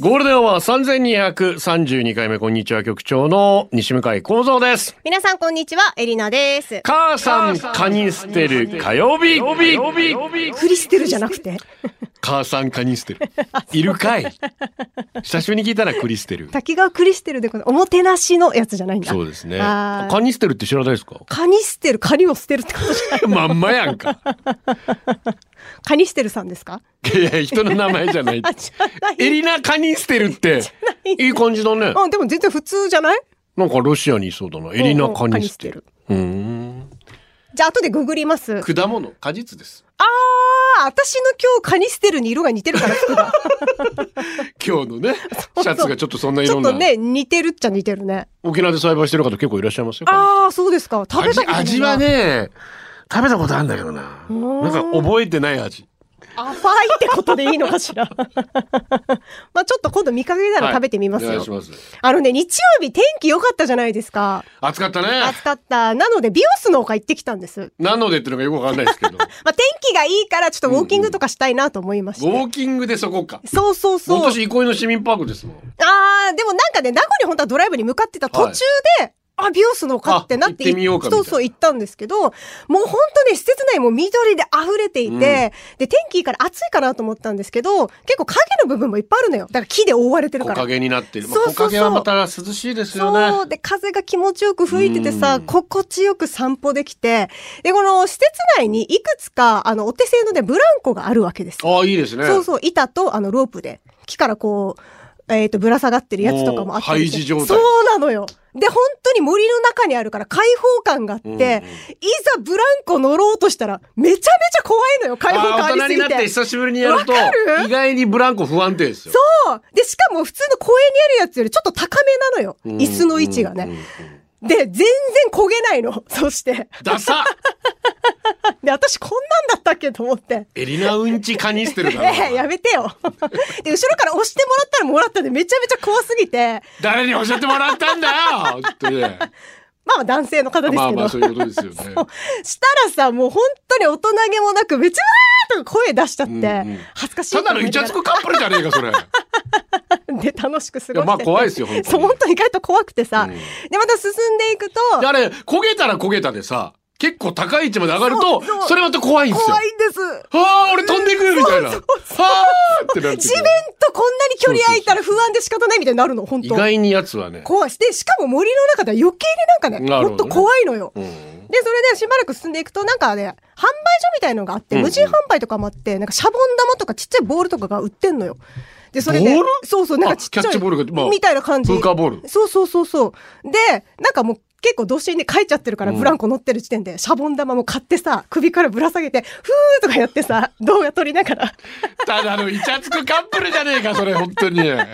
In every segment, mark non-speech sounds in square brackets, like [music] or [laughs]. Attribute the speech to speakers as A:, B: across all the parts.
A: ゴールデンは三千二百三十二回目こんにちは局長の西向井光三です。
B: 皆さんこんにちは、エリナです。
A: 母さんカニステル火曜日。
B: クリステルじゃなくて、
A: 母さんカニステル。いるかい。久しぶりに聞いたらクリステル。
B: 滝川クリステルでこのおもてなしのやつじゃないんだ。
A: そうですね。
B: あー
A: カニステルって知らないですか。
B: カニステル、カニを捨てるってことじゃない。
A: まんまやんか。
B: カニステルさんですか
A: いや人の名前じゃない
B: あ、。
A: [laughs]
B: じゃない。
A: エリナカニステルっていい感じだね。
B: うん、でも全然普通じゃない
A: なんかロシアにいそうだな。エリナカニステル。。うーん。
B: じゃあ後でググります。あー、
A: 果物果実です。
B: 私の今日カニステルに色が似てるから服 [laughs] が。
A: 今日の [laughs] ねシャツがちょっとそんな
B: ち
A: 色
B: ょっ
A: な
B: と。ね、似てるっちゃ似てるね。
A: 沖縄で栽培してる方結構いらっしゃいますよ。
B: あー、そうですか。食べた
A: 味
B: ことないな
A: 味は。ね、食べたことあるんだけどな。
B: ん
A: なんか覚えてない味。
B: 甘いってことでいいのかし [laughs] ら。まあちょっと今度見かけたら食べてみます
A: はい
B: よ。
A: お願いします。
B: あのね、日曜日天気良かったじゃないですか。
A: 暑かったね。
B: 暑かった。なので、美容室の方が行ってきたんです。
A: なのでっていうのがよくわかんないですけど。
B: まあ、天気がいいから、ちょっとウォーキングとかしたいなと思いまして。
A: ウォーキングでそこか。
B: そうそう
A: 今
B: そう。
A: 年憩いの市民パークですもん。
B: あー、でもなんかね、名古屋に本当はドライブに向かってた途中で、あ、美容室の方かってなって
A: あ行ってみようかみたい
B: そ
A: な
B: うそう行ったんですけど、もう本当ね、施設内も緑で溢れていて、
A: うん
B: で、天気いいから暑いかなと思ったんですけど、結構影の部分もいっぱいあるのよ。だから木で覆われてる
A: 木
B: から。
A: 陰になってる。まあ
B: そうそ
A: 木
B: うそう
A: 陰はまた涼しいですよ
B: そう
A: ね。
B: で風が気持ちよく吹いてて
A: う
B: さ
A: ん
B: 心地よく散歩できてでこの施設内にいくつかあのお手製のねブランコがあるわけですよ、
A: ああ、いいですね。
B: そうそう板とあのロープで木からこうえっ、とぶら下がってるやつとかもあって
A: もう廃寺状態
B: そうなのよで本当に森の中にあるから開放感があって、
A: うんうん
B: いざブランコ乗ろうとしたらめちゃめちゃ怖いのよ開放
A: ああ
B: 感あ
A: 大
B: り
A: 人
B: す
A: に
B: ぎ
A: なってて久しぶりにやると
B: わかる
A: 意外にブランコ不安定ですよ。
B: そうでしかも普通の公園にあるやつよりちょっと高めなのよ
A: うん
B: 椅子の位置がね、
A: うんうんうん
B: で、全然焦げないの。 [laughs] そして。
A: ダサ
B: で、私こんなんだったっけと思って。
A: エリナうんちカニステルだな
B: [laughs] ええ、やめてよ。で、後ろから押してもらったらもらったで、めちゃめちゃ怖すぎて。
A: 誰に教えてもらったんだよ本当にね
B: まあまあ男性の方ですけど。
A: まあまあそういうことですよね。
B: [laughs] したらさ、もう本当に大人げもなく、めちゃわーとか声出しちゃって、
A: うんうん
B: 恥ずかしい
A: ただのイチャつくカップルじゃねえかそれ。
B: [laughs] で、楽しく過ごしてて
A: いやまあ怖いですよ本当に
B: そう、本当に意外と怖くてさ。
A: うん
B: で、また進んでいくと、
A: であれ焦げたら焦げたでさ結構高い位置まで上がると
B: そうそう
A: それまた怖いんですよ
B: 怖。いんです。
A: ああ俺飛んでくるみたいな。はあってなる時
B: 地面とこんなに距離空いたら不安で仕方ないみたいになるの、本
A: 意
B: 当
A: 外にやつはね。
B: 怖いし、で、しかも森の中では余計になんかね、
A: なる
B: も
A: ほど
B: っと
A: ね
B: 怖いのよ。
A: うん
B: で、それでしばらく進んでいくと、なんかね、販売所みたいのがあって、
A: うんうん
B: 無人販売とかもあって、なんかシャボン玉とかちっちゃいボールとかが売ってんのよ。で、それで、
A: ボール
B: そうそう、なんかちっちゃい。
A: あキャッチボールがまあ
B: みたいな感じ。
A: フーカーボール
B: そうそうそうそう。で、なんかもう、結構童心で書いちゃってるから、
A: うん
B: ブランコ乗ってる時点で、シャボン玉も買ってさ、首からぶら下げて、ふーとかやってさ、動画撮りながら、 [laughs]
A: ただのイチャつくカップルじゃねえかそれ本当に。
B: 楽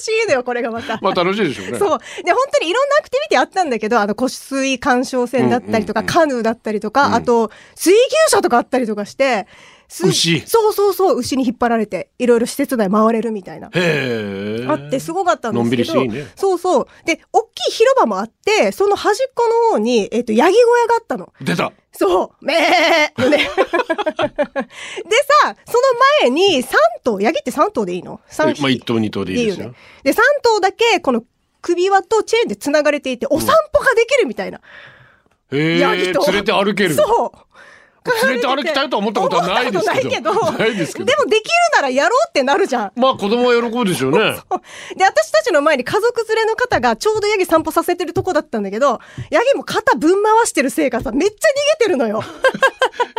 B: しいのよ、これがまた。
A: まあ楽しいでしょうね。
B: そう。で、本当にいろんなアクティビティあったんだけど、あの、湖水干渉船だったりとか、
A: うんうん
B: カヌーだったりとか、あと、水牛車とかあったりとかして、す
A: 牛
B: そうそうそう、牛に引っ張られて、いろいろ施設内回れるみたいな。
A: へえ。
B: あってすごかったんですけど。
A: のんびりしていいね
B: そうそう。で、大きい広場もあって、その端っこの方に、えっ、と、ヤギ小屋があったの。
A: 出た。
B: そう。めー [laughs] のね。でさ、その前に3頭、ヤギって3頭でいいの ?3
A: え
B: 匹。
A: まあ一頭二頭でいいですよ。
B: で、3頭だけ、この首輪とチェーンで繋がれていて、お散歩ができるみたいな。
A: へえ。
B: ヤ
A: 連
B: ギと
A: れて歩ける。
B: そう。
A: 連れて歩きたいとは思ったことはないですけど
B: [laughs] 思ったことないけど
A: ないですけど
B: でもできるならやろうってなるじゃん。
A: まあ子供は喜ぶでしょうね。
B: で、私たちの前に家族連れの方がちょうどヤギ散歩させてるとこだったんだけど、ヤギも肩ぶん回してるせいかさ、めっちゃ逃げてる
A: [laughs]
B: のよ。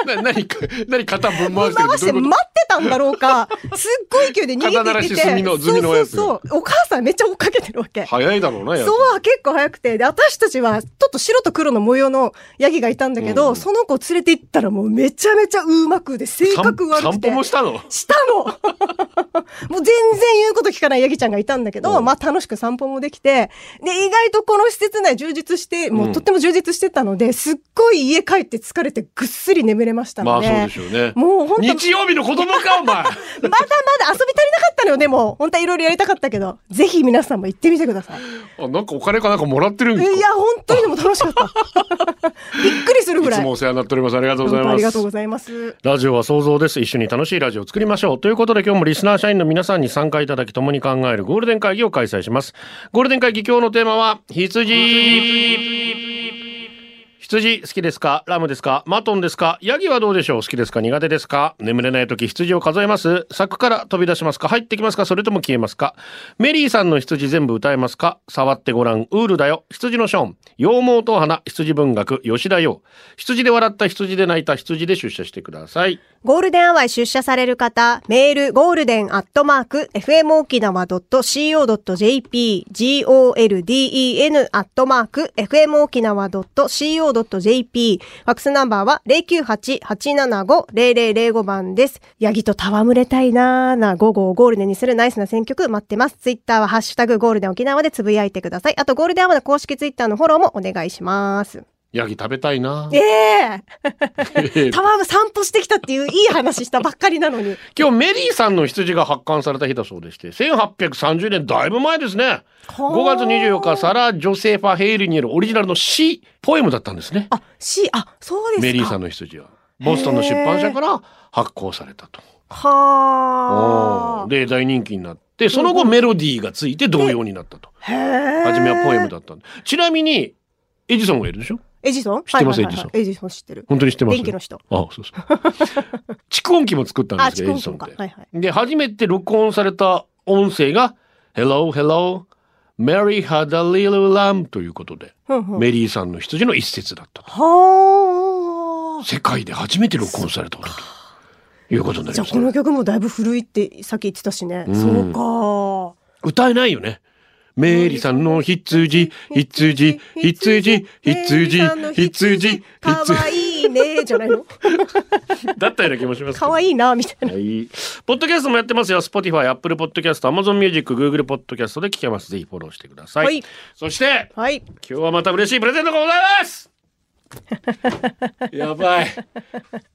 A: な何か何肩ぶん
B: ぶ
A: 回
B: ん
A: してる
B: 回
A: って
B: して
A: どういう
B: 待
A: こ
B: ってたんだろうか。すっごい勢いで逃
A: 肩慣ら
B: げて
A: し
B: きて。
A: 済みの済みの
B: そ
A: や
B: う
A: つ
B: そうそう。お母さんめっちゃ追っかけてるわけ
A: と。早いだろうなやっぱ
B: そう、結構早くて。で、私たちは、ちょっと白と黒の模様のヤギがいたんだけど、
A: うん
B: その子を連れて行ったらもうめちゃめちゃうまくで、性
A: 散
B: 格悪く
A: 散
B: て
A: 歩。もしたの
B: した
A: [laughs]
B: のもう全然言うこと聞かないヤギちゃんがいたんだけど、まあ楽しく散歩もできて、で、意外とこの施設内充実して、もうとっても充実してたので、すっごい家帰って疲れてぐっすり眠れました
A: ま
B: の
A: あ
B: で。
A: そうでしょうね。
B: もう本当
A: 日曜日の子供か、お
B: [laughs]
A: 前。
B: まだまだ遊び足りなかったのよ、でも。本当はいろいろやりたかったけど、ぜひ皆さんも行ってみてください。
A: あなんかお金かなんかもらってるん
B: い
A: ですか
B: や、本当にでも楽しかった。 [laughs] びっくりするぐ
A: い
B: ら
A: つ
B: い。
A: もお世話になっております。ありがとうござい
B: 本当あ
A: ま
B: りがとう
A: す
B: ご。ざいます。
A: ラジオは想像です。一緒に楽しいラジオを作りましょう。ということで今日もリスナー社員の皆さんに参加いただき共に考えるゴールデン会議を開催します。ゴールデン会議今日のテーマは、羊。羊好きですかラムですかマトンですかヤギはどうでしょう好きですか苦手ですか眠れない時羊を数えます柵から飛び出しますか入ってきますかそれとも消えますかメリーさんの羊全部歌えますか触ってごらんウールだよ羊のショーン羊毛と花羊文学吉田洋羊で笑った羊で泣いた羊で出社してください
B: ゴールデンアワー出社される方、メール、ゴールデンアットマーク、fmokinawa.co.jp、golden アットマーク、fmokinawa.co.jp、ファックスナンバーは098-875-0005番です。ヤギと戯れたいなーな午後をゴールデンにするナイスな選曲待ってます。ツイッターはハッシュタグゴールデン沖縄でつぶやいてください。あとゴールデンアワーの公式ツイッターのフォローもお願いします。
A: ヤギ食べたいな
B: ええ
A: [laughs] 今
B: たま散歩してきたっていういい話したばっかりなのに。
A: 日メリーさんの羊が発刊された日だそうでして1830年だいぶ前ですね5月24日サラ・ジョセファ・ヘイリによるオリジナルの詩ポエムだったんですね
B: あ、C、あ、そうですか。
A: メリーさんの羊はボストンの出版社から発行されたと
B: は
A: おー
B: あ。
A: で大人気になってその後メロディーがついて童謡になったと
B: へえ。
A: 初めはポエムだったんでちなみにエジソンがいるでしょ
B: エジソン
A: 知ってます
B: はいはいはいはいエジソン知ってる。
A: 本当に知ってます
B: 電気の人。
A: あそうそう
B: [laughs]
A: 蓄音機も作ったん
B: あ、
A: ですけど
B: チコ
A: エ
B: ン
A: ジソン
B: ソ
A: っ
B: ンか
A: て。、
B: はいはい。
A: で初めて録音された音声が「Hello Hello Mary had a little lamb」ということで、
B: ふんふん。
A: メリーさんの羊の一節だったと
B: は
A: 世界で初めて録音されたことということに
B: あ。
A: な
B: じ
A: りま
B: ゃあこ
A: すね
B: の曲もだいぶ古いってさっき言ってたしね。
A: うん
B: そうか。
A: 歌えないよねメリーさんの羊羊羊羊羊
B: か
A: 羊
B: わいいね、じゃないの。
A: だったような気もしますけど
B: かわいいな、みたいな。
A: はい。ポッドキャストもやってますよ。Spotify、Apple Podcast、Amazon Music、Google Podcast で聞けます。ぜひフォローしてください。
B: はい
A: そして、
B: はい。
A: 今日はまた嬉しいプレゼントがございますやばい。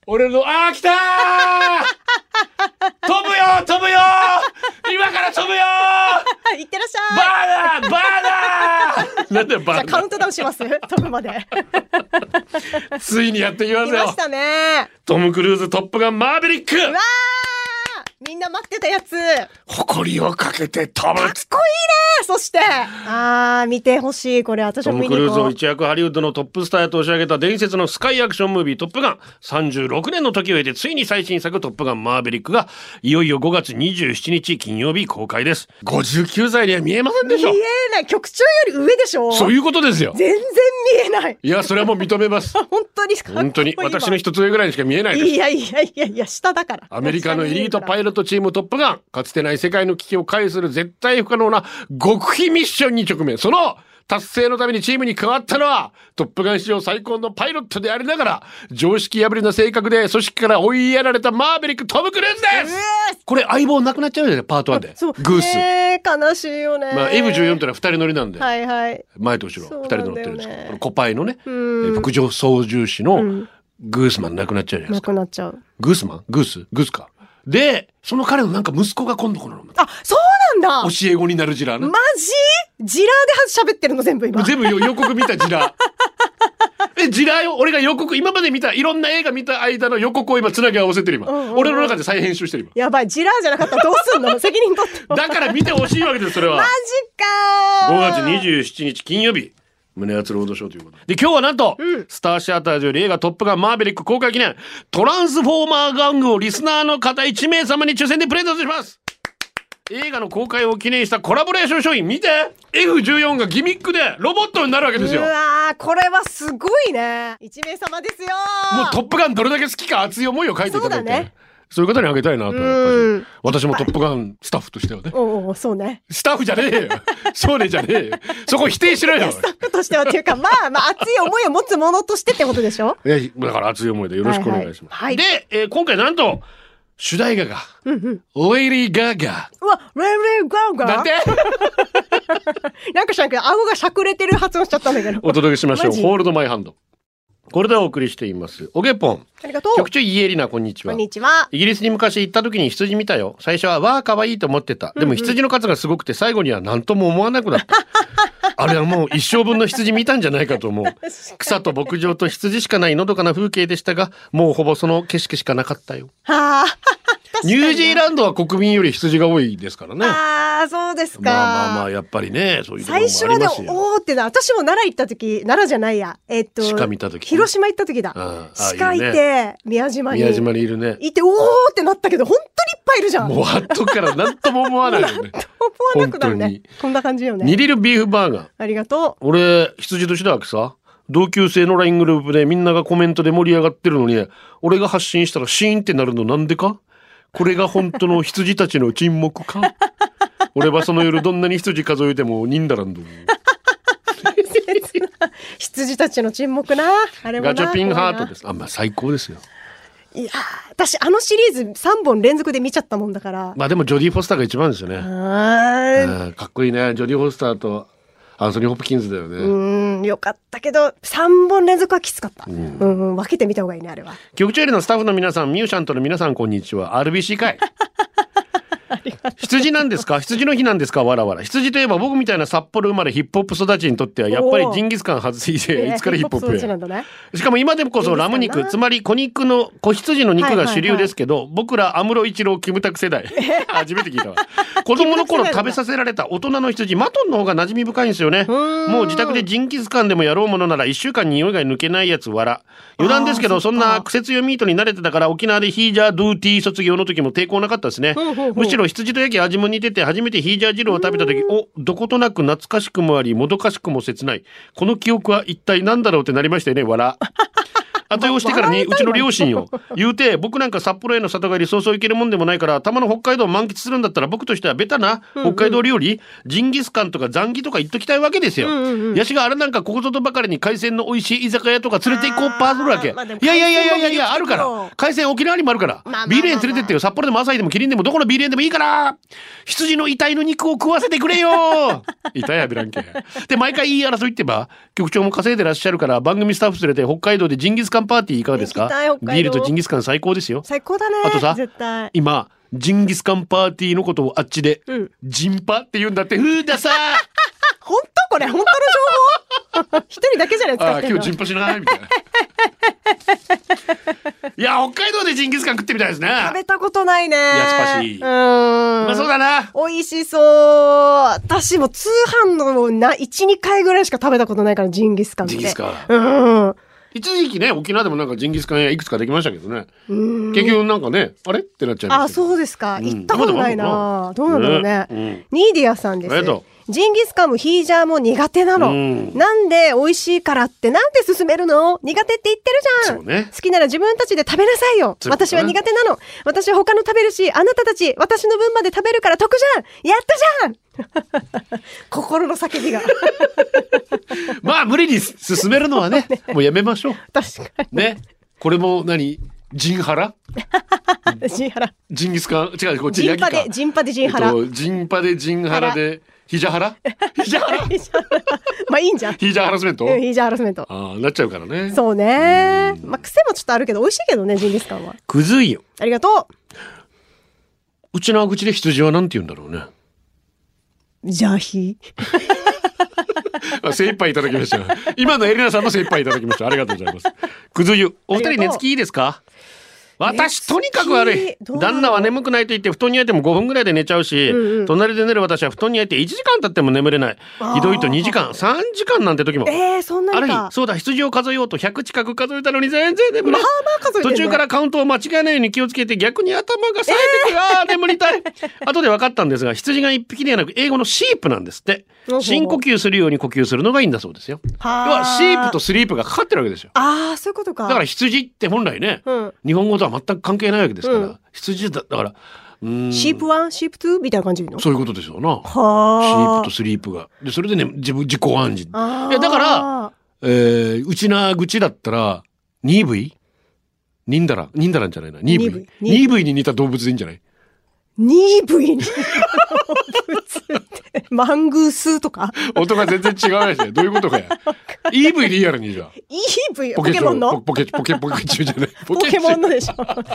A: 俺の、あー来たー飛ぶよ飛ぶよ今から飛ぶよ
B: あいってらっしゃい。
A: バーナーバーナーなんだよ
B: じゃ
A: バ
B: あ
A: ー
B: カ
A: ナ
B: ウントダウンします。 [laughs] 飛ぶまで。
A: ーついにやってきま
B: 来
A: す
B: ま
A: よ
B: したね。
A: トム・クルーズトップガンマーベリック
B: うわーみんな待ってたやつ。
A: 誇りをかけて飛ぶ
B: かっこいいねそしてあー、見てほしい。これ、私
A: ト
B: も
A: ム・
B: 見
A: ク
B: に
A: ル
B: 行
A: ーズ
B: こ
A: を
B: う。
A: 一躍ハリウッドのトップスターへと押し上げた伝説のスカイアクションムービー「トップガン」36年の時を経てついに最新作「トップガンマーヴェリック」がいよいよ5月27日金曜日公開です59歳には見えませんでし
B: 見
A: ょ
B: えない。局長より上でしょ
A: そういうことですよ
B: 全然見えない。
A: いやそれはもう認めます
B: 本当にかっこいいわ
A: 本当
B: [laughs]
A: に私の一つ上ぐらいにしか見えないです
B: いやいやいやいや、下だから。
A: アメリカのエリートパイロットチームトップガンかつてない世界の危機を回避する絶対不可能な極秘ミッションに直面その達成のためにチームに加わったのはトップガン史上最高のパイロットでありながら常識破りな性格で組織から追いやられたマーベリックトム・クルーズですこれ相棒なくなっちゃうじゃないパート1で
B: そう。
A: グース、
B: ねえ悲しいよね。
A: まあ、F14 ってのは2人乗りなんで、
B: はいはい。
A: 前と後ろ2人で乗ってるんですけ
B: そう
A: ど、
B: なんだよね
A: このコパイのね、え
B: ん
A: ー副上操縦士
B: う
A: の
B: ん
A: グースマンなくなっちゃうじゃないです
B: な
A: か
B: くなっちゃう。
A: グースマングースグースか。で、その彼のなんか息子が今度この教
B: あ、そうなんだ
A: え子になるジラね
B: マジジラーで喋ってるの全部今。
A: 全部よ予告見たジラ。 [laughs] え、ジラよ、俺が予告、今まで見た、いろんな映画見た間の予告を今、つなぎ合わせてる今。
B: うんうんうん
A: 俺の中で再編集してる
B: やばい、ジラーじゃなかったらどうす
A: [laughs]
B: んの責任取って。
A: 今。だから見てほしいわけです、それは
B: マ。ジ
A: 5
B: か
A: 月27日金曜日。胸圧ロードショーということで。で、今日はなんと、スターシアターズより映画トップガンマーベリック公開記念、トランスフォーマー玩具をリスナーの方1名様に抽選でプレゼントします映画の公開を記念したコラボレーション商品見て F14 がギミックでロボットになるわけですよ
B: うわーこれはすごいね一名様ですよ
A: もうトップガンどれだけ好きか熱い思いを書いていただいて。
B: そうだね
A: そういう方にあげたいなと、やっ
B: う
A: ぱ
B: ん
A: り。私もトップガンスタッ
B: [laughs]
A: フとしてはね。
B: おうおうそうね
A: スタッフじゃねえよ。少年じゃねえよ。そこ否定しろよ。
B: としてはっていうか、まあまあ熱い思いを持つ者としてってことでしょ
A: いやだから熱い思いでよろしくお願いします。
B: はいはいは
A: で、
B: い
A: えー今回なんと、主題歌が、
B: うんうん。
A: レディー・ガガ。
B: うわ、レイレイガーガー
A: だって
B: [laughs] なんか知らんけど、顎がしゃくれてる発音しちゃったんだけど。
A: お届けしましょう。
B: マジ
A: ホールド・マイ・ハンド。これでお送りしています。おげぽん。
B: ありがとう
A: 局。長イエリナ、こんにち
B: こ
A: は
B: ん。にちは。
A: イギリスに昔行った時に羊見たよ。最初は、わあ、可愛いと思ってた。でも羊の数がすごくて、最後には何とも思わなくな
B: [laughs]
A: った。あれはもう一生分の羊見たんじゃないかと
B: [laughs]
A: 思う。草と牧場と羊しかないのどかな風景でしたが、もうほぼその景色しかなかったよ。
B: はあ、
A: ニュージーランドは国民より羊が多いですからね。
B: あーそうですか。
A: まあまあまあ、やっぱりね、そういうところも
B: 最初は
A: あり
B: ね
A: ます、よ。
B: おーってな、私も奈良行った時、奈良じゃないや。えっと、
A: 鹿見た時
B: 広島行った時だ。
A: ああ
B: 鹿い
A: ああい
B: て、
A: う
B: 宮島に。
A: 宮島にいるね。
B: いて、おーってなったけど、本当にいっぱいいるじゃん。
A: もう後から何とも思わないよね。
B: 思わなくなる
A: 本当
B: ね
A: に。
B: こんな感じよ
A: ニ
B: ね。
A: リルビーフバーガー。
B: ありがとう。 [laughs]
A: 俺、羊年だわけさ。同級生の LINE グループでみんながコメントで盛り上がってるのに、俺が発信したらシーンってなるのなんでかこれが本当の羊たちの沈黙か俺はその夜どんなに羊数えても忍だらんど。
B: 羊たちの沈黙な。あれもな。
A: ガチャピンハートですす。あ、まあ最高ですよ。
B: いやー私、あのシリーズ3本連続で見ちゃったもんだから。
A: まあでもジョディ・フォスターが一番ですよ
B: あ
A: ね。
B: ー
A: うんかっこいいね。ジョディ・フォスターとアンソニー・ホプキンズだよね。
B: うーん、よかったけど、3本連続はきつかった。うん、うん、分けてみた方がいいね、あれは。
A: 局長よりのスタッフの皆さん、ミューシャントの皆さん、こんにちは。RBC
B: [laughs]
A: 会。羊なんですか羊の日なんですかわらわら。羊といえば僕みたいな札幌生まれヒップホップ育ちにとっては、やっぱりジンギスカン外せい
B: え
A: で、
B: ー
A: いつからヒップホップ
B: ヒップな
A: や
B: ん。だね。
A: しかも今でこそラム
B: ジン
A: 肉、
B: ギス
A: つ
B: カン
A: まり子肉の、子羊の肉が主流ですけど、僕ら安室一郎キムタク世代。 [laughs] 初めて聞いたわ。子供の頃
B: キムタク世代なんだ
A: 食べさせられた大人の羊、マトンの方が馴染み深いんですよね。
B: ーん
A: もう自宅でジンギスカンでもやろうものなら1週間に匂いが抜けないやつ笑。余談ですけ
B: あ
A: ど、
B: ー
A: そ
B: そっか
A: んな苦節用ミートに慣れてたから沖縄でヒージャードゥーティー卒業の時も抵抗なかったですね。
B: ほうほうほう
A: むしろ羊と焼き味も似てて初めてヒージャー汁を食べた時、お、どことなく懐かしくもあり、もどかしくも切ない。この記憶は一体何だろうってなりましたよね、
B: [laughs]
A: 笑。後用してからにうちの両親よ言うて僕なんか札幌への里帰りそうそう行けるもんでもないからたまの北海道を満喫するんだったら僕としてはベタな北海道料理、ジンギスカンとかザンギとか言っときたいわけですよ、ヤシがあれなんかここぞとばかりに海鮮の美味しい居酒屋とか連れて行こうパーするわけ、
B: あーまあでも
A: いやいやいやいやいやい
B: 海鮮丼
A: やあ
B: も
A: るか
B: い
A: ら海
B: いけど
A: 鮮沖縄にもあるから、
B: まあまあまあまあ
A: ビール園連れてってよ札幌でも朝日でもキリンでもどこのビール園でもいいから羊の遺体の肉を食わせてくれ
B: [laughs]
A: よ遺体やべらんけで毎回いい争いってば局長も稼いでらっしゃるから番組スタッフ連れて北海道でジンギスカンパーティーいかがです
B: 行
A: か
B: きたい北海道
A: ビールとジンギスカン最高ですよ
B: 最高だね。
A: あとさ
B: 絶対。
A: 今ジンギスカンパーティーのことをあっちで、
B: うん
A: ジンパって言うんだってふうださ
B: 本当これ本当の情報 [laughs] 一人だけじゃないです
A: あ
B: か
A: ー今日ジンパしないみたいないや北海道でジンギスカン食ってみたいですね
B: 食べたことないね。
A: やっぱし
B: うーん。
A: うまそうだな
B: 美味しそう。私も通販のな、1、2回ぐらいしか食べたことないから、ジンギスカンって。
A: ジンギスカン
B: うん。う
A: 一時期ね沖縄でもなんかジンギスカン屋いくつかできましたけどね結局なんかねあれってなっちゃいま
B: あ、
A: したけど
B: そうですか。
A: うん
B: 行ったことないな。どうなんだろうね。
A: ね
B: ニーディアさんです
A: ありがと。
B: ジンギスカンもヒージャーも苦手なの。
A: うん
B: なんで美味しいからってなんで勧めるの苦手って言ってるじゃん。
A: そうね
B: 好きなら自分たちで食べなさいよ。
A: そういうことね
B: 私は苦手なの。私は他の食べるし、あなたたち、私の分まで食べるから得じゃんやったじゃん
A: [laughs]
B: 心の叫びが。
A: まあ無理に進めるのは [laughs] ねもうやめましょう
B: 確かに。
A: ねこれも何ジンハラ
B: ジンハラ。
A: ジンギスカン違うこっち
B: ジ
A: ヤ
B: ン
A: ギか
B: パで、ジンパでジンハ
A: え
B: ラ
A: っ。とジンパでジンハラでヒジャハ [laughs] ラヒジャハラ
B: ジンハラ [laughs] まあいいんじゃん。
A: ヒジャハラスメント
B: うんヒージャーハラスメント。
A: ああなっちゃうからね
B: そうね。まあ癖もちょっとあるけど、美味しいけどね、ジンギスカンは。
A: くずいよ
B: ありがと
A: うちの口で羊はなんて言うんだろうね
B: う。ジャーヒー。
A: あ精一杯いただきましたよ今のエリナさんの精一杯いただきましたありがとうございますくず湯お二人
B: ありがとう
A: 寝つきいいですか私とにかく悪い
B: どうなの
A: 旦那は眠くないと言って布団に入っても5分ぐらいで寝ちゃうし、隣で寝る私は布団に入って1時間経っても眠れないひどいと2時間3時間なんて時も
B: えー、そんな
A: ある
B: に
A: 日
B: か。
A: そうだ羊を数えようと100近く数えたのに全然眠れない
B: あ数えて
A: 途
B: んね
A: 中からカウントを間違えないように気をつけて逆に頭が冴えてくる、あー眠り
B: [laughs]
A: たい後で分かったんですが羊が一匹ではなく英語のシープなんですって
B: ほう
A: 深呼吸するように呼吸するのがいいんだそうですよ要
B: はー
A: はシープとスリープがかかってるわけですよ
B: ああ、そういうことか。
A: だから羊って本来ね、
B: うん
A: 日本語とは全く関係ないわけですから、
B: うん
A: 羊だだから
C: うん
B: シープ1、シープ2みたいな感じでいいの
C: そういうことでしょうな。シー
B: は
C: プとスリープが。で、それでね、自分、自己暗示。
B: あー
C: いやだから、えー、うちな愚痴だったら、ニーブイニンダラ、ニンダラんじゃないな。ニーブイ。
B: ニ
C: ニ
B: ーブイ
C: ーブイに似た動物でいいんじゃない
B: ニーブイに [laughs] 動物ってマングースとか
C: 音が全然違うやつね。どういうこと
B: [laughs]
C: かや。イーブイリアルにじゃあ。
B: イーブイポケモンの
C: ポケポケポケポケ中じゃない。
B: ポケモンのでしょ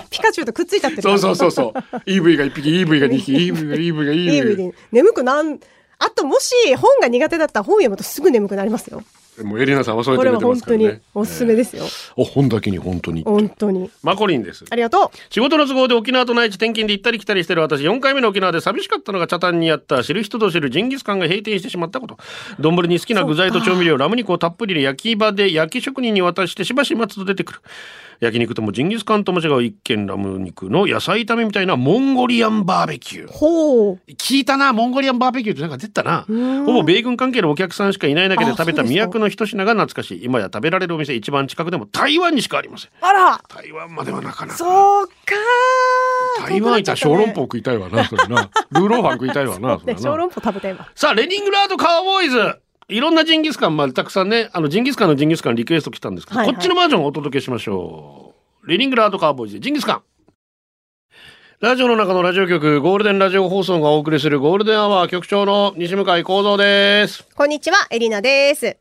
B: ピカチュウとくっついたってる
C: そうそうそうそう。EV が1匹、EV が2匹、EV が EV が EV
B: イーブイに眠くなんあともし本が苦手だったら本読むとすぐ眠くなりますよ
C: もうエリナさんはそうや
B: こ
C: って
B: れ
C: 寝
B: は
C: てま
B: 本
C: すか
B: 当
C: ら
B: に
C: ね。
B: おすすめですよ、
C: お本だけに本当に。
B: 本当に
C: マコリンです。
B: ありがと
C: 仕事の都合で沖縄と内地転勤で行ったり来たりしてる私4回目の沖縄で寂しかったのが茶炭にあった知る人ぞ知るジンギスカンが閉店してしまったこと丼に好きな具材と調味料ラム肉をたっぷりで焼き場で焼き職人に渡してしばし待つと出てくる焼肉ともジンギスカンとも違う一軒ラム肉の野菜炒めみたいなモンゴリアンバーベキュー
B: うほう
C: 聞いたなモンゴリアンバーベキューってなんか出たな
B: ーん
C: ほぼ米軍関係のお客さんしかいない中で
B: あ
C: 食べた
B: そうですか
C: 都の一品が懐かしい今や食べられるお店一番近くでも台湾にしかありません
B: あら
C: 台湾まではなかなか
B: そうかー
C: 台湾いたら小籠包食いたいわな、そ
B: [laughs]
C: れな。ルーローファン食いたいわな、それ
B: ね小
C: な。
B: 籠包食べたいわ
C: さあ、レニングラードカウボーイズ。いろんなジンギスカン、まあ、たくさんね、あの、ジンギスカンのジンギスカンリクエスト来たんですけど、
B: はいはい
C: こっちのバージョンをお届けしましょう。レニングラードカウボーイズでジンギスカン。ラジオの中のラジオ局、ゴールデンラジオ放送がお送りするゴールデンアワー局長の西向井幸三です。
B: こんにちはエリナです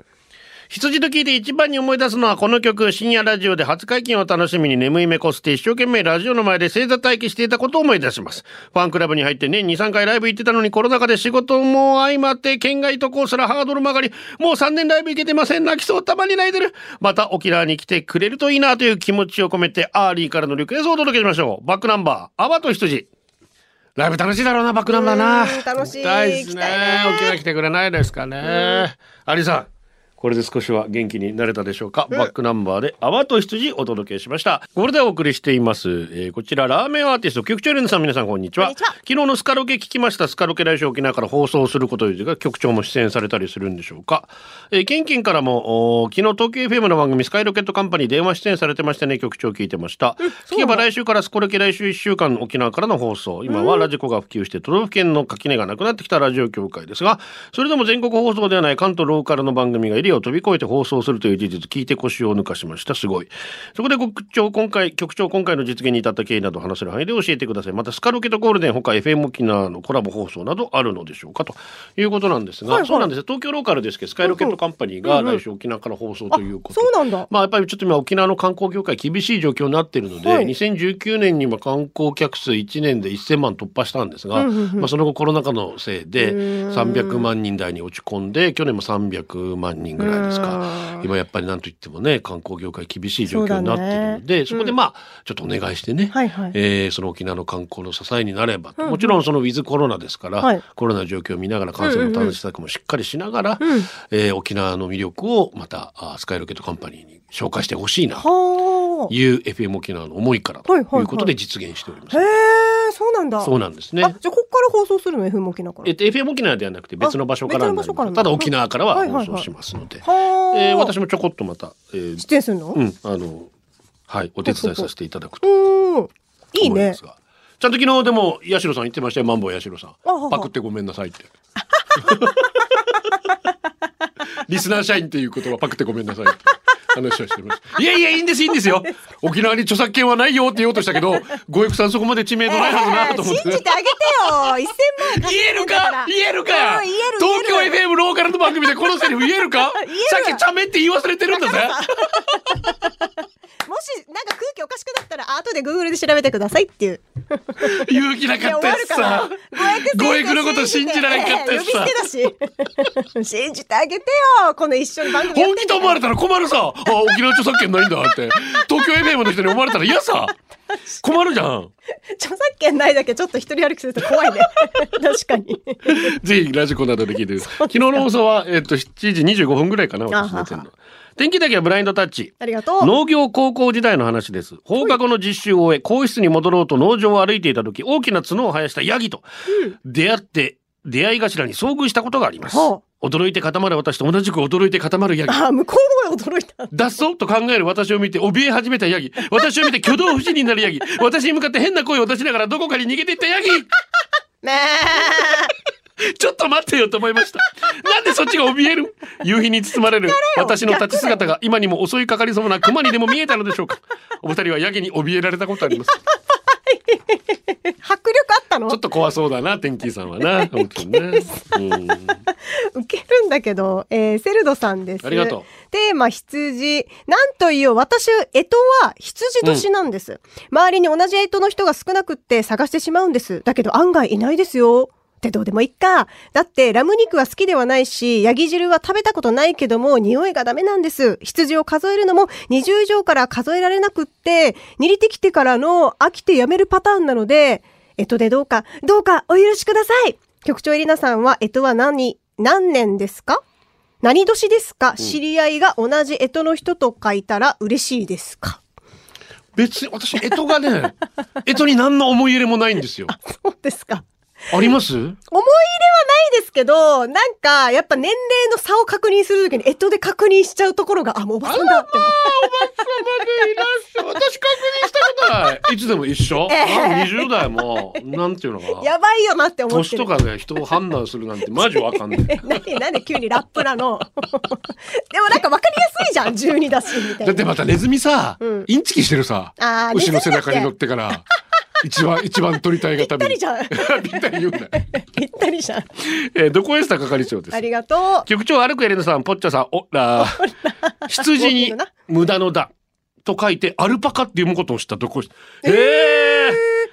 C: 羊と聞いて一番に思い出すのはこの曲深夜ラジオで初解禁を楽しみに眠い目こすって一生懸命ラジオの前で正座待機していたことを思い出しますファンクラブに入って年23回ライブ行ってたのにコロナ禍で仕事も相まって県外渡航すらハードル曲がりもう3年ライブ行けてません泣きそうたまに泣いてるまた沖縄に来てくれるといいなという気持ちを込めてアーリーからのリクエストをお届けしましょうバックナンバーアバと羊ライブ楽しいだろうなバックナンバーな
B: うん楽しい
C: 行きたいです
B: 行き
C: ね
B: たいね
C: 沖縄来てくれないですかねアリさんこれで少しは元気になれたでしょうか、バックナンバーで「泡と羊」お届けしましたこれでお送りしています、えーこちらラーメンアーティスト局長レンさん皆さんこんにちは
B: こんにちは
C: 昨日のスカロケ聞きましたスカロケ来週沖縄から放送することですが局長も出演されたりするんでしょうか、えー、ケンケンからもおー昨日東京 FM の番組スカイロケットカンパニー電話出演されてましたね局長聞いてました聞けば来週からスコロケ来週1週間沖縄からの放送今はラジコが普及して都道府県の垣根がなくなってきたラジオ協会ですがそれでも全国放送ではない関東ローカルの番組がエリアを飛び越えて放送するという事実聞いて腰を抜かしましたすごいそこで局長今回局長今回の実現に至った経緯などを話せる範囲で教えてくださいまたスカロケとゴールデンほか FM 沖縄のコラボ放送などあるのでしょうかということなんですが、
B: はいはい
C: そうなんですよ東京ローカルですけどスカイロケットカンパニーが来週沖縄から放送ということで
B: そうなんだ
C: まあ、やっぱりちょっと今沖縄の観光業界厳しい状況になっているので、
B: はい
C: 2019年には観光客数1年で1000万突破したんですが、
B: うんうんうん
C: まあ、その後コロナ禍のせいで
B: うーん
C: 300万人台に落ち込んで去年も300万人ぐらいですか。
B: うん
C: 今やっぱりなんといってもね観光業界厳しい状況になっているのでそ,、
B: そうだね
C: こで
B: うん
C: まあちょっとお願いしてね、
B: はいはい
C: えーその沖縄の観光の支えになれば
B: う
C: と、
B: んうん
C: もちろんそのウィズコロナですから、
B: はい
C: コロナの状況を見ながら感染の対策もしっかりしながら、
B: うん
C: えー沖縄の魅力をまたあスカイロケットカンパニーに紹介してほしいなと
B: は
C: いう FM 沖縄の思いからと
B: はいいはいはいう
C: ことで実現しております。
B: あへえそうなんだ
C: そうなんです
B: あ
C: ね。
B: じゃあこっから放送するの FM 沖縄から
C: えっと、FM 沖縄ではなくて別の場所からにな
B: あ別
C: り
B: の場所か
C: ま
B: ら
C: す
B: ね
C: ただ沖縄からは
B: はいはいは
C: 放
B: い
C: 送しますので、
B: はあ、
C: えー私もちょこっとまた、えー
B: 出演するの
C: うん、あの、はい、お手伝いさせていただくと
B: うんいい
C: 思いま
B: ね
C: すが。ちゃんと昨日でも、八代さん言ってましたよ、マンボウ八代さん
B: あは。は
C: パクってごめんなさいって。 [laughs] リスナー社員っていう言葉、パクってごめんなさいって。話をしてました。いやいや、いいんです、いいんですよ。沖縄に著作権はないよって言おうとしたけど、ご育さんそこまで知名度ないはずなと思っ
B: 信
C: て。
B: じてあげてよ一千万
C: 言えるか言えるか
B: うん言える言え
C: 東
B: る
C: 京 FM ローカルの番組でこのセリフ言えるか
B: [laughs] 言える
C: さっきチャメって言い忘れてるんだぜ。
B: もしなんか空気おかしくなったら後で Google で調べてくださいっていう
C: 勇気なかったやつさ。
B: 五
C: ごえくのこと信じられんかったやつさ。
B: 呼び捨てだし [laughs] 信じてあげてよこの一緒に番組やっ
C: 本
B: て
C: 気
B: んだ
C: と思われたら困るさ。あ、沖縄著作権ないんだって。東京 FM の人に思われたら嫌さ。困るじゃん。
B: 著作権ないだけちょっと一人歩きすると怖いね [laughs] 確かに
C: ぜひラジコなどで聞いてください。昨日の放送は、えっ、と、7時25分ぐらいかな、私出て
B: あは
C: んの。天気だけはブラインドタッチ。
B: ありがとう
C: 農業高校時代の話です放課後の実習を終え更衣室に戻ろうと農場を歩いていた時大きな角を生やしたヤギと出会って出会い頭に遭遇したことがあります
B: ほ
C: 驚いて固まる私と同じく驚いて固まるヤギ
B: ああ、向こうの方が驚いた。
C: 脱走と考える私を見て怯え始めたヤギ私を見て挙動不審になるヤギ私に向かって変な声を出しながらどこかに逃げていったヤギ
B: ねえ。
C: ちょっと待ってよと思いました。なんでそっちが怯える夕日に包まれる私の立ち姿が今にも襲いかかりそうな熊にでも見えたのでしょうか。お二人はヤギに怯えられたことあり [laughs] ます。
B: 迫力あったの
C: ちょっと怖そうだな、テンキーさんはな。本当にね。うん
B: 受けるんだけど、えーセルドさんです。
C: ありがとう。
B: テーマ、羊。なんと言おう、私、干支は羊年なんです。周りに同じ干支の人が少なくって探してしまうんです。だけど案外いないですよ。ってどうでもいいか。だって、ラム肉は好きではないし、ヤギ汁は食べたことないけども、匂いがダメなんです。羊を数えるのも20以上から数えられなくって、煮りてきてからの飽きてやめるパターンなので、えとでどうか、どうかお許しください局長エリナさんは、えとは何、何年ですか何年ですか、知り合いが同じえとの人と書いたら嬉しいですか
C: 別に私、干支がね、 [laughs] 干支に何の思い入れもないんですよ。
B: そうですか。
C: あります [laughs]
B: 思い入れはないですけど、なんか、やっぱ年齢の差を確認するときに、えとで確認しちゃうところが、あ、もうおばさんだって思う。
C: 私確認したことない。いつでも一緒。あ20代も、なんていうのかな。
B: やばいよなって思って
C: 年
B: る
C: と。かで人を判断するなんてマジわかん [laughs] ない。
B: 何、何急にラップなの。 [laughs] でもなんかわかりやすいじゃん、12だし、みたい
C: だ
B: な。
C: ってまたネズミさ、
B: うん
C: インチキしてるさ
B: あー
C: 牛の背中に
B: ネズミだっけ
C: 乗ってから一番一番取りたいがために
B: ぴったりじ
C: [laughs] ぴったり言うな、
B: ぴったりじゃん。
C: えー、どこエスタ係長で
B: あ
C: す
B: りがと
C: 局長歩くエレナさんポッチャさんおら [laughs] 羊に [laughs] 無駄のだと書いてアルパカって読むことを知ったどこエスタえー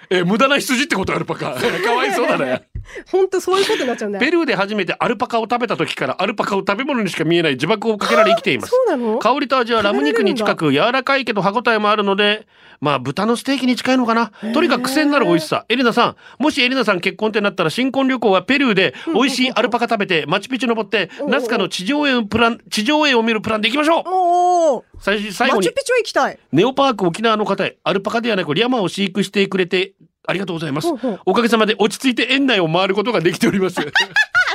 C: えー無駄な羊ってことアルパカかわいそうだ [laughs] ね
B: う。ほんとそういうことになっちゃうんだよ。
C: ペルーで初めてアルパカを食べた時からアルパカを食べ物にしか見えない呪縛をかけられ生きています
B: そうなの
C: 香りと味はラム肉に近く柔らかいけど歯ごたえもあるのでまあ豚のステーキに近いのかなとにかく癖になる美味しさエリナさんもしエリナさん結婚ってなったら新婚旅行はペルーで美味しいアルパカ食べてマチュピチュ登って
B: うん
C: ナスカの地上絵をプラン地上絵を見るプランで行きましょう
B: おお。
C: 最初最後
B: マ
C: に
B: チュピチュ行きたい。
C: ネオパーク沖縄の方へアルパカではなくリャマを飼育してくれてありがとうございます
B: ほうほう
C: おかげさまで落ち着いて園内を回ることができております
B: あ、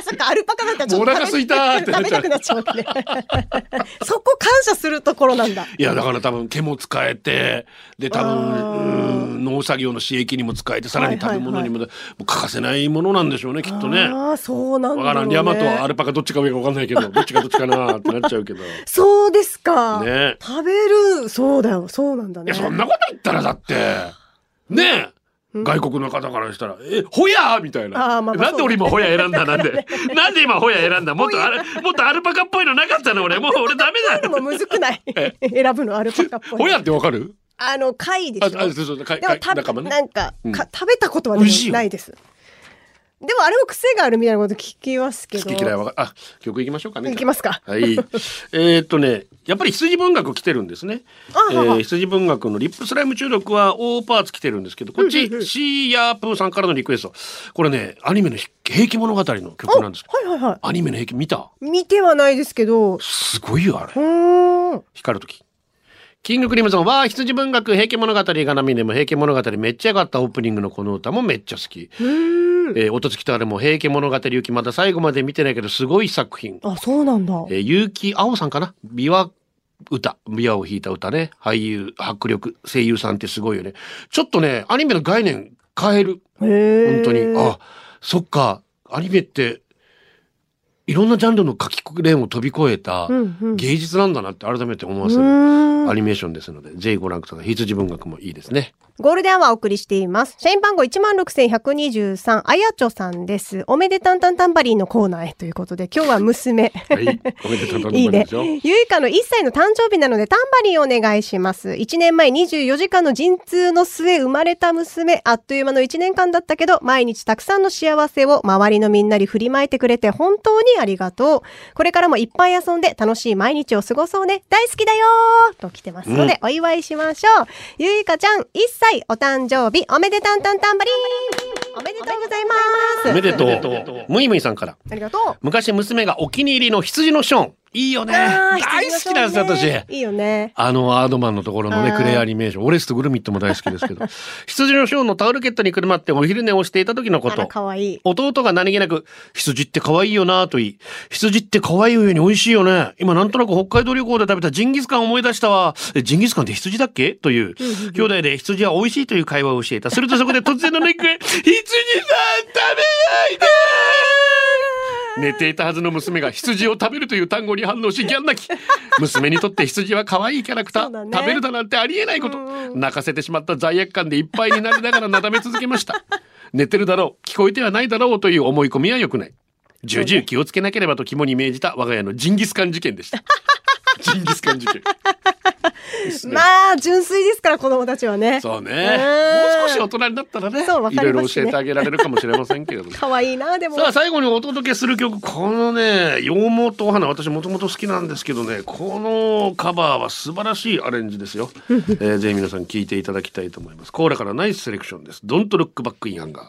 B: そっか、アルパカだったらちょっと
C: お腹空いたーってな
B: 食べ
C: っち
B: た
C: ゃう
B: くなっちゃうね。 [laughs] そこ感謝するところなんだ。
C: いやだから多分毛も使えてで多
B: あ
C: 分うん農作業の刺激にも使えてさらに食べ物にも,、もう欠かせないものなんでしょうねきっとね。
B: ああ、そうなん
C: わ
B: だ、
C: からんリャマとア
B: る。
C: ルパカどっちか上かわかんない
B: [laughs]
C: けどどっちがどっちかなってなっちゃうけど。ね
B: そうですか。
C: え
B: 食べる、そうだよ、そうなんだ
C: い
B: ね。
C: やそんなこと言ったらだってねえ外国の方からしたら「えホヤ!」みたいな、
B: あーまあまあ
C: なんで俺今ホヤ選んだなん
B: [laughs]
C: でなんで今ホヤ選んだもっとあれもっとアルパカっぽいのなかったの俺もう俺ダメだ
B: でもむずくない
C: [laughs]
B: 選ぶのアルパカっぽい。
C: ホヤってわかる
B: あの、貝でしょ。
C: ああそうそうかい
B: でも
C: かい仲
B: 食
C: 間
B: べ、
C: ね
B: なんか、
C: うん
B: か食べたことは
C: 美味しいよ
B: ないです。でもあれも癖があるみたいなこと聞きますけど。
C: 好き嫌いはあ曲いきましょうかね
B: いきますか。
C: はい。 [laughs] えーっとね、やっぱり羊文学来てるんですね。
B: あ
C: え
B: はは
C: ー羊文学のリップスライム中毒は大パーツ来てるんですけど、こっち、シーヤープーさんからのリクエスト。これね、アニメのひ平気物語の曲なんですけど、
B: はいはいは
C: アニメの平気見た
B: い。見てはないですけど。う
C: すごいよ、あれ。
B: ーん。
C: 光る時キングクリムゾンは羊文学平家物語がなみねも平家物語めっちゃ良かったオープニングのこの歌もめっちゃ好き。えー、おとつきとあれも平家物語行きまだ最後まで見てないけどすごい作品。
B: あ、そうなんだ。
C: えー、結城青さんかな琵琶歌琵琶を弾いた歌ね俳優迫力声優さんってすごいよねちょっとねアニメの概念変える本
B: 本
C: 当にあそっかアニメっていろんなジャンルの書き込連を飛び越えた
B: うんうん
C: 芸術なんだなって改めて思わせ
B: う
C: る
B: ーん
C: アニメーションですのでぜひご覧ください羊文学もいいですね
B: ゴールデンはお送りしています。社員番号16,123、あやちょさんです。おめでたんたんたんばりんのコーナーへということで、今日は娘。
C: はいおめでとうござ
B: い
C: い
B: い
C: ま
B: ね
C: すよ。
B: ゆいかの1歳の誕生日なのでタンバリンお願いします。1年前24時間の陣痛の末生まれた娘、あっという間の1年間だったけど、毎日たくさんの幸せを周りのみんなに振りまいてくれて本当にありがとう。これからもいっぱい遊んで楽しい毎日を過ごそうね。大好きだよーと来てますので、お祝いしましょう。ゆいかちゃん1歳お誕生日おめでたんたんたんばりんおめでとうございます。
C: おめでとうむいむいさんから
B: ありがとう。
C: 昔娘がお気に入りの羊のショーンいいよね。
B: あー
C: 大好きなんですよ、
B: 羊のショー
C: 私
B: ね。いいよね。
C: あの、アードマンのところのね、
B: あー
C: クレアアニメーション。オレスとグルミットも大好きですけど。 [laughs] 羊のショーのタオルケットにくるまってお昼寝をしていた時のこ
B: あ
C: と
B: ら、。かわいい。
C: 弟が何気なく、羊って可愛いよなぁと言い、羊って可愛い上に美味しいよね。今なんとなく北海道旅行で食べたジンギスカンを思い出したわ。えジンギスカンって羊だっけという、兄弟で羊は美味しいという会話を教えた。するとそこで突然のネックへ、羊さん食べないで寝ていたはずの娘が羊を食べるという単語に反応しギャン泣き。娘にとって羊は可愛いキャラクタ
B: そうだ
C: ー。
B: ね
C: 食べるだなんてありえないこと。泣かせてしまった罪悪感でいっぱいになりながらなだめ続けました。寝てるだろう、聞こえてはないだろうという思い込みは良くない。重々気をつけなければと肝に銘じた我が家のジンギスカン事件で [laughs] した。ジンギスカン事件。
B: まあ、純粋ですから、子供たちはね。
C: そうね。も
B: ん
C: う少し大人になったらね、
B: そうわ
C: い
B: か
C: ろい
B: りま
C: ろ
B: す
C: 教
B: ね
C: えてあげられるかもしれませんけれど [laughs] も。
B: かわいいな、でも。
C: さあ最後にお届けする曲このね羊毛とお花私もともと好きなんですけどねこのカバーは素晴らしいアレンジです [laughs] よ、えー、ぜひ皆さん聴いていただきたいと思いますコーラからナイスセレクションです「Don't Look Back in Anger」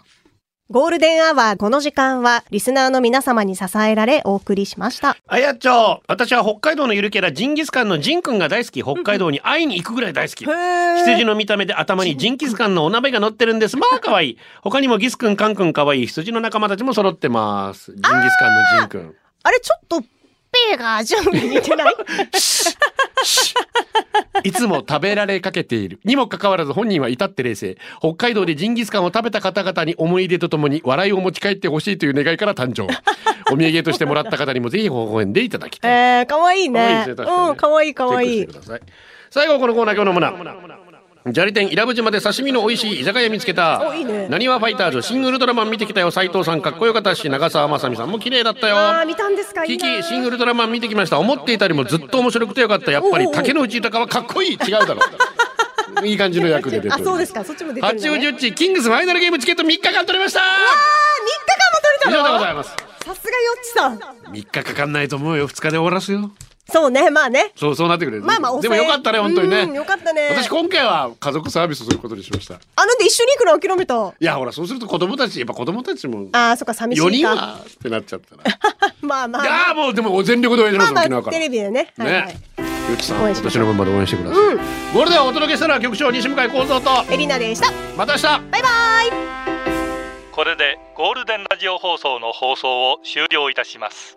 B: ゴールデンアワー、この時間は、リスナーの皆様に支えられ、お送りしました。
C: あやちょ私は北海道のゆるキャラジンギスカンのジンくんが大好き北海道に会いに行くぐらい大好き羊の見た目で頭にジンギスカンのお鍋が乗ってるんですまあ可愛い他にもギスくんカンくん可愛い羊の仲間たちも揃ってますジンギスカンのジンくん
B: あれ、ちょっと、ペーが準備似
C: [laughs]
B: てない
C: いつも食べられかけている。にもかかわらず本人は至って冷静。北海道でジンギスカンを食べた方々に思い出とともに笑いを持ち帰ってほしいという願いから誕生。お土産としてもらった方にもぜひご応援でいただきたい。
B: えー、かわいい
C: 可愛い
B: ね。
C: ですね確かにね
B: うん、かわいいかわい
C: チェッ
B: い
C: クし。てください。最後このコーナー今日のもな。砂利店伊良部島で刺身の美味しい居酒屋見つけた
B: おいいね
C: なにわファイターズシングルドラマン見てきたよ斉藤さんかっこよかったし長澤まさみさんも綺麗だったよ
B: あー、見たんですかい
C: キ
B: いな
C: キシングルドラマン見てきました思っていたよりもずっと面白くてよかったやっぱ
B: おう
C: り
B: おう
C: 竹野内豊はかっこいい違うだろういい感じの役で出てる
B: あ、そうですか、そっちも出てるの、ね。
C: 八王子うちキングスファイナルゲームチケット3日間取れました
B: あー、
C: 以
B: 3日間も取れ
C: 上
B: た
C: で
B: の
C: ございます
B: さすがよっちさん。
C: 3日かかんないと思うよ2日で終わらすよ
B: そうね、まあね。
C: そうそうなってくれる
B: まあまあ抑え
C: でもよかったね本当に
B: うん
C: ね
B: よかったね
C: 私今回は家族サービスをすることにしましたい
B: あ、なんで一緒に行くの諦めた。あ
C: やほらそうすると子供たちやっぱ子供たちも
B: ー、そっか、寂しいか。
C: 4人はってなっちゃったら
B: [laughs] まあまあ。
C: いやーもうでもお全力で応援しま
B: ますあま
C: 沖縄
B: あ、
C: か
B: テ
C: ら
B: レビでね。はいはい
C: ね。ゆきさん
B: 応
C: 今
B: 援しま
C: 年
B: し
C: の分まで応援してください、ゴールデンをお届けしたのは局長西向井幸三と
B: エリナでした。
C: また明日
B: バイバイ。
D: これでゴールデンラジオ放送の放送を終了いたします